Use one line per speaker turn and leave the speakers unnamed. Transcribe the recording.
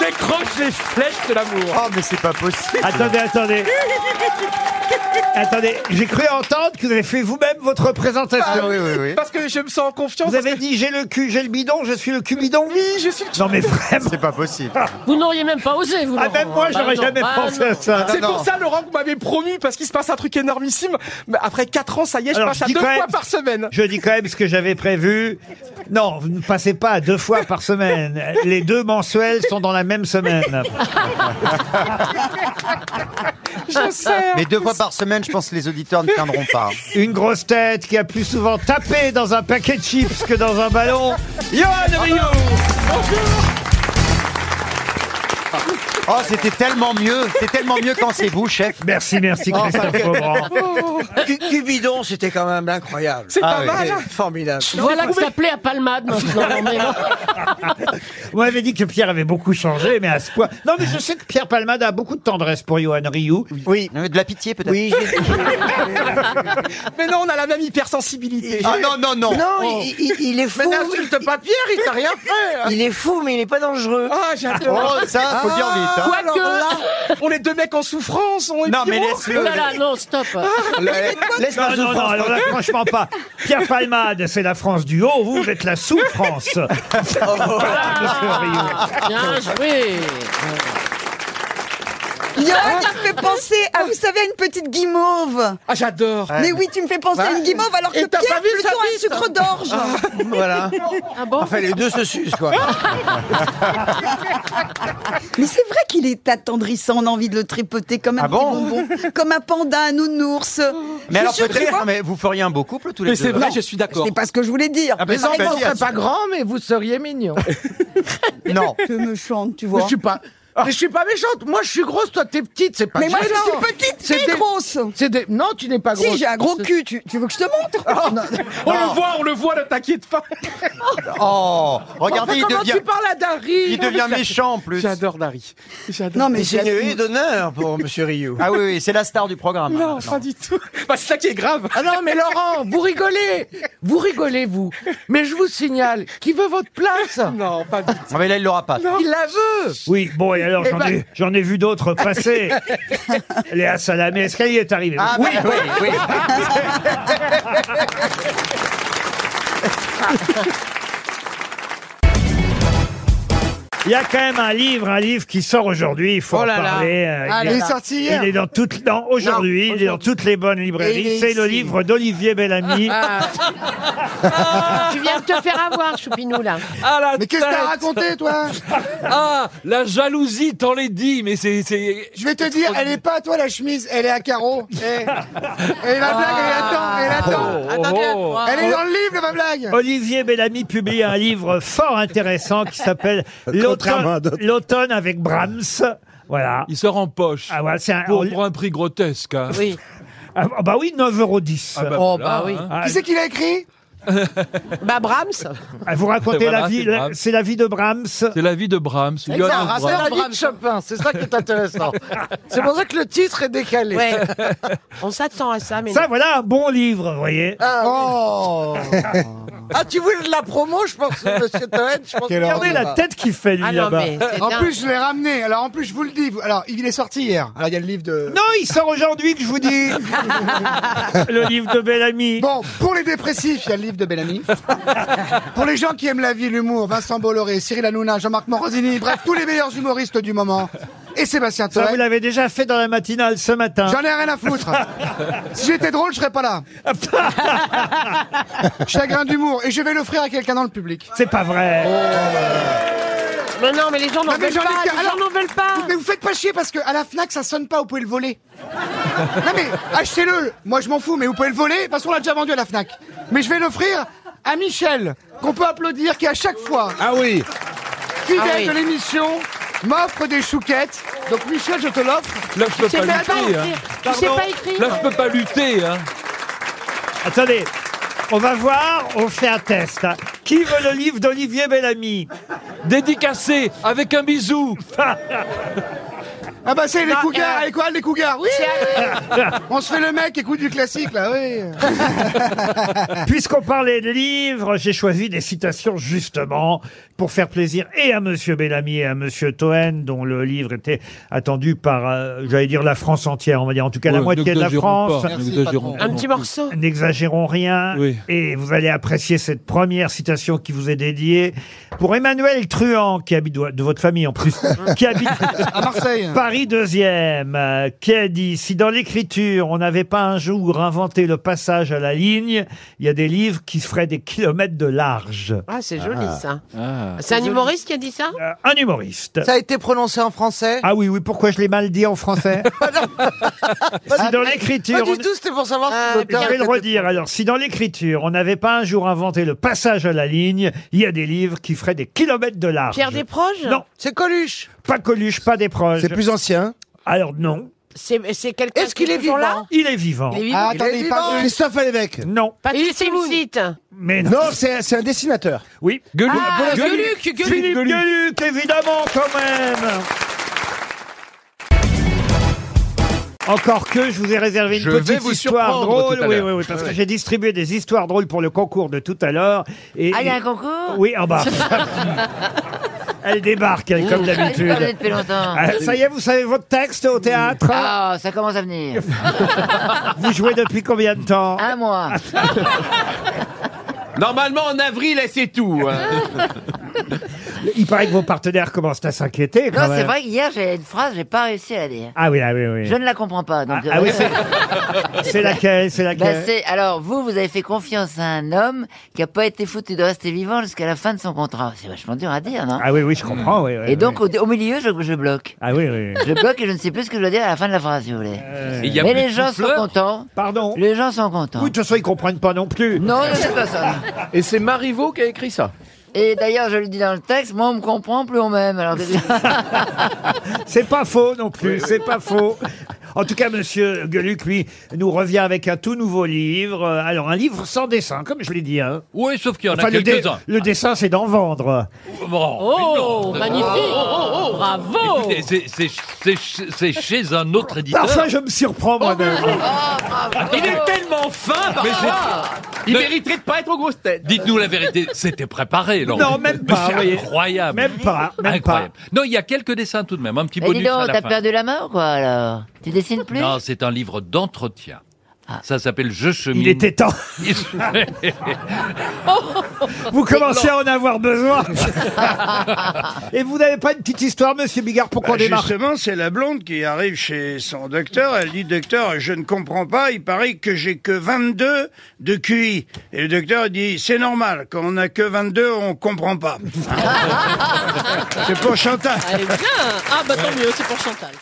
mec croque les flèches de l'amour.
Oh, mais c'est pas possible.
Attendez, attendez. Attendez, j'ai cru entendre que vous avez fait vous-même votre
Ah,
présentation.
oui, oui, oui.
Parce que je me sens en confiance.
Vous avez dit j'ai le cul, j'ai le bidon, je suis le cul bidon.
Oui, je suis le
Non mais vraiment.
C'est pas possible.
Vous n'auriez même pas osé, vous.
Ah,
Laurent.
même moi,
Bah
j'aurais
non,
jamais
bah
pensé
non.
à ça.
C'est
non.
pour ça, Laurent, que vous m'avez promu, parce qu'il se passe un truc énormissime. Mais Après 4 ans, ça y est, je
Alors,
passe
je
à
dis
deux
quand même-
fois par semaine.
Je dis quand même ce que j'avais prévu. Non, vous ne passez pas à deux fois par semaine. Les deux mensuels sont dans la même semaine.
Je sais. hein.
Mais deux fois par semaine, je pense que les auditeurs ne tiendront pas.
Une grosse tête qui a plus souvent tapé dans un paquet de chips que dans un ballon.
Johan Rio
Oh, c'était tellement mieux. C'est tellement mieux quand c'est vous, chef.
Merci, merci Christophe Beaugrand.
Cu- Cupidon, c'était quand même incroyable. Ah
C'est pas
oui.
mal.
C'est Formidable.
Voilà que ça plaît à Palmade maintenant. Non, mais non.
On m'avait dit que Pierre avait beaucoup changé, mais à ce point. Non, mais je sais que Pierre Palmade a beaucoup de tendresse pour Johan Rioux.
Oui,
Euh, De la pitié, peut-être.
oui. j'ai-
Mais non, on a la même hypersensibilité.
Ah non, non,
Oh.
non.
Non, il, il- il est fou.
Mais n'insulte pas Pierre, il t'a rien
hein.
fait.
Il est fou, mais il n'est pas dangereux.
Ah, j'adore.
Oh, ça, faut dire vite.
Ah.
hein.
Alors là, on est deux mecs en souffrance. On est
Non, mais
pyro.
Oh
laisse-le.
là là, non, stop.
Ah, Le- Laisse
Ah,
la
Non,
Ah,
non, non,
souffrance.
alors là, franchement pas. Pierre Palmade, c'est la France du haut, vous, vous êtes la sous-France. Monsieur Rioux.
Ah, Bien joué.
Yann, tu me fais penser à, vous savez, à une petite guimauve.
Ah, j'adore.
Mais oui, tu me fais penser à une guimauve alors que
Et t'as
Pierre,
pas vu sa
plutôt à un
bite
sucre d'orge.
Voilà.
Ah bon
Enfin, les deux se sucent, quoi.
Ah.
Mais c'est vrai qu'il est attendrissant, on a envie de le tripoter comme un
Ah
petit
bon
bonbon, comme un panda, un nounours.
Mais alors
Je suis sûre, tu
peut-être,
vois,
non, mais vous feriez un beau couple tous les
Mais
deux.
c'est vrai,
Non.
je suis d'accord.
C'est pas ce que je voulais dire.
Ah, mais
Par
si,
exemple,
vas-y,
serait
assume.
pas grand, mais vous seriez mignon.
Non.
je me chante, tu
Mais je
vois.
suis pas. mais je suis pas méchante. Moi, je suis grosse. Toi, t'es petite. C'est pas.
Mais moi, je
gênant.
suis petite
C'est
mais
des-
grosse.
C'est des. Non, tu n'es pas grosse.
Si, j'ai un gros cul, tu, tu veux que je te montre
Oh, On le voit, on le voit, ne t'inquiète pas.
Oh, regardez, il
Comment
devient,
tu parles à Dari
il devient méchant en plus.
J'adore Dari. J'adore.
Non, mais
Mais c'est une
j'ai-
haie d'honneur pour Monsieur Rioux.
Ah oui, oui, c'est la star du programme.
Non,
Non.
pas du tout. Bah, c'est ça qui est grave.
Ah non, mais Laurent, vous rigolez. Vous rigolez, vous. Mais je vous signale, qui veut votre place
Non, pas du tout.
Ah, mais là, il l'aura pas.
Il la veut.
Oui, bon, et alors
Eh
j'en
ben-
ai, j'en ai vu d'autres passer. Léa Salamé, est-ce qu'elle y est arrivée
Ah,
Oui,
bah, oui, oui.
il y a quand même un livre, un livre qui sort aujourd'hui, il faut
Oh
en
là là.
parler. euh,
Ah
il
là
est-
là. sorti
il est dans toutes, non, aujourd'hui, il est dans toutes les bonnes librairies. C'est le livre d'Olivier Bellamy.
Tu viens de te faire avoir, Choupinou, là.
Ah la
Mais qu'est-ce que t'as
tête
raconté, toi
Ah la jalousie, t'en l'es dit, mais c'est c'est.
Je vais te dire, elle est pas à toi la chemise, elle est à carreaux. Eh. Et, ma blague, elle
Ah,
attend, elle attend.
oh.
Elle est dans le livre, ma blague.
Olivier Bellamy publie un livre fort intéressant qui s'appelle L'automne l'automne avec Brahms. Voilà.
Il sort en poche.
Ah, voilà, c'est un-
pour, pour un prix grotesque. hein.
Oui.
Ah, bah oui, 9,10
Ah, bah,
euros.
Oh,
voilà,
bah oui.
hein.
Ah,
Qui c'est qui l'a écrit
Bah, Brahms.
ah, vous racontez
Voilà,
la
c'est
vie,
Brahms.
c'est la vie de Brahms.
C'est la vie de Brahms. Johann
Ça, c'est
Brahms.
la vie de Chopin, c'est ça qui est intéressant. C'est pour ça que le titre est décalé.
Ouais. On s'attend à ça, mais
Ça, voilà un bon livre, vous voyez.
Ah, ah, tu voulais de la promo, je pense, monsieur Toen je pense
Regardez la tête qu'il fait, lui,
non. Ah non,
là-bas.
mais c'est
En
dingue.
plus, je l'ai ramené. Alors, en plus, je vous le dis. vous- Alors, il est sorti hier. Alors, il y a le livre de.
Non, il sort aujourd'hui que je vous dis. le livre de Bellamy.
Bon, pour les dépressifs, il y a le livre de Bellamy. pour les gens qui aiment la vie, l'humour, Vincent Bolloré, Cyril Hanouna, Jean-Marc Morosini, bref, tous les meilleurs humoristes du moment. Et Sébastien
Ça, vous
Toen.
l'avez déjà fait dans la matinale ce matin.
Hein
J'en ai rien à foutre. si j'étais drôle, je serais pas là. Chagrin d'humour. Et je vais l'offrir à quelqu'un dans le public.
Ah.
C'est pas vrai.
Mais non, mais les gens n'en
mais
veulent
j'en ai
pas.
qu'un-
Les gens
alors-
n'en veulent pas.
Mais vous faites pas chier parce que à la Fnac ça sonne pas, vous pouvez le voler. non mais achetez-le. Moi je m'en fous, mais vous pouvez le voler. De toute façon on l'a déjà vendu à la Fnac. Mais je vais l'offrir à Michel, qu'on peut applaudir, qui à chaque fois,
Ah oui
fidèle
Ah oui.
de l'émission, m'offre des chouquettes. Donc Michel, je te l'offre.
Là, je peux
Tu sais
pas
même pas
lutter. hein.
écrire. Tu sais
Pardon.
pas écrire.
Là, je peux pas lutter. hein.
Attendez. On va voir, on fait un test. hein. Qui veut le livre d'Olivier Bellamy
Dédicacé avec un bisou.
Ah bah c'est les
Non,
cougars,
euh,
les quoi les cougars, oui
c'est-
On se fait le mec, écoute du classique là, oui
Puisqu'on parlait de livres, j'ai choisi des citations justement pour faire plaisir et à Monsieur Bellamy et à Monsieur Toen, dont le livre était attendu par, euh, j'allais dire, la France entière, on va dire en tout cas la moitié de la France.
Un petit morceau.
N'exagérons rien.
Oui.
Et vous allez apprécier cette première citation qui vous est dédiée pour Emmanuel Truand, qui habite de votre famille en plus, qui habite
À Marseille
Paris deuxième, euh, qui a dit si dans l'écriture on n'avait pas un jour inventé le passage à la ligne, il y a des livres qui feraient des kilomètres de large.
Ah, c'est joli ça.
Ah.
C'est un humoriste qui a dit ça
Euh, un humoriste.
Ça a été prononcé en français
Ah oui oui, pourquoi je l'ai mal dit en français Si dans
Pas
l'écriture on-
du tout, c'était pour savoir
Ah,
si le
bien.
père
Je vais le
était-
redire. Alors, si dans l'écriture, on n'avait pas un jour inventé le passage à la ligne, il y a des livres qui feraient des kilomètres de large.
Pierre Desproges
Ah, Non,
C'est Coluche.
pas Coluche, pas des proches.
ancien.
Alors non,
C'est c'est quelqu'un
Est-ce qu'il est
toujours là
vivant
il est vivant.
Il est vivant.
Ah,
Il est
attendez, pas...
Christophe Lévesque.
Non,
Patrick Timsit.
mais non.
c'est un dessinateur.
Oui.
Gueuluc.
Ah,
Gueuluc.
Gueuluc,
Philippe
Gueuluc.
Gueluc, évidemment, quand même. Encore que je vous ai réservé une
Je vais
petite
vous
histoire
surprendre
drôle.
tout à
oui,
l'heure. Ah
oui, oui, parce que j'ai distribué des histoires drôles pour le concours de tout à l'heure. Et,
Ah, il y a un concours
Oui, en bas. Elle débarque, elle, comme
Ah, Je parlais
d'habitude.
depuis longtemps.
Ah, Ça y est, vous savez votre texte au théâtre Ah.
Ah, ça commence à venir.
Vous jouez depuis combien de temps
Un mois.
Normalement, en avril, elle sait tout.
Ah.
hein.
Il paraît que vos partenaires commencent à s'inquiéter quand
Non,
même.
c'est vrai, hier, j'ai une phrase, j'ai pas réussi à la dire.
Ah oui, ah oui, oui.
Je ne la comprends pas. Donc,
Ah oui, c'est- c'est laquelle C'est
Bah,
laquelle
c'est- alors, vous, vous avez fait confiance à un homme qui a pas été foutu de rester vivant jusqu'à la fin de son contrat. C'est vachement dur à dire, non
Ah oui, oui, je comprends. Oui, oui,
Et donc,
oui.
au, au milieu, je, je bloque.
Ah oui, oui. oui.
Je bloque et je ne sais plus ce que je dois dire à la fin de la phrase, si vous voulez.
Euh,
Et il y a
Mais
plus
les
de
gens sont
souffleurs.
contents.
Pardon Oui,
Les gens sont contents.
de toute façon, ils comprennent pas non plus.
Non, non, c'est pas ça.
Et c'est Marivaux qui a écrit ça.
Et d'ailleurs, je le dis dans le texte, moi, on me comprend, plus on m'aime. Alors,
C'est pas faux non plus, c'est pas faux. En tout cas, Monsieur Gueluc, lui, nous revient avec un tout nouveau livre. Euh, Alors, un livre sans dessin, comme je l'ai dit. hein.
Oui, sauf qu'il y en a
Enfin, le, dé-
quelques-uns.
le dessin, c'est d'en vendre.
Oh,
magnifique.
Oh.
Bravo
Écoutez, c'est- c'est- c'est- c'est- C'est chez un autre éditeur.
Parfois, je me surprends
Oh,
moi-même.
Il est tellement fin,
Mais c'est-
Il
Ne-
mériterait de pas être aux grosses têtes.
Dites-nous la vérité, c'était préparé, Laurent.
Non, même
Mais
pas,
C'est
voyez.
incroyable.
Ah, Même pas, même pas.
incroyable. Non, il y a quelques dessins tout de même, un petit
Mais dis
bonus à
donc,
la
t'as
fin.
perdu la main ou quoi alors Tu dessines plus
Non, c'est un livre d'entretien.
Ah.
Ça s'appelle Je chemine.
Il était temps. Vous commencez à en avoir besoin. Et vous n'avez pas une petite histoire, Monsieur Bigard, pour qu'on démarre
Ah, Justement, c'est la blonde qui arrive chez son docteur. Elle dit, docteur, je ne comprends pas, il paraît que j'ai que 22 de QI. Et le docteur dit, c'est normal, quand on n'a que 22, on comprend pas. c'est pour Chantal.
Elle est bien Ah, bah tant mieux, c'est pour Chantal.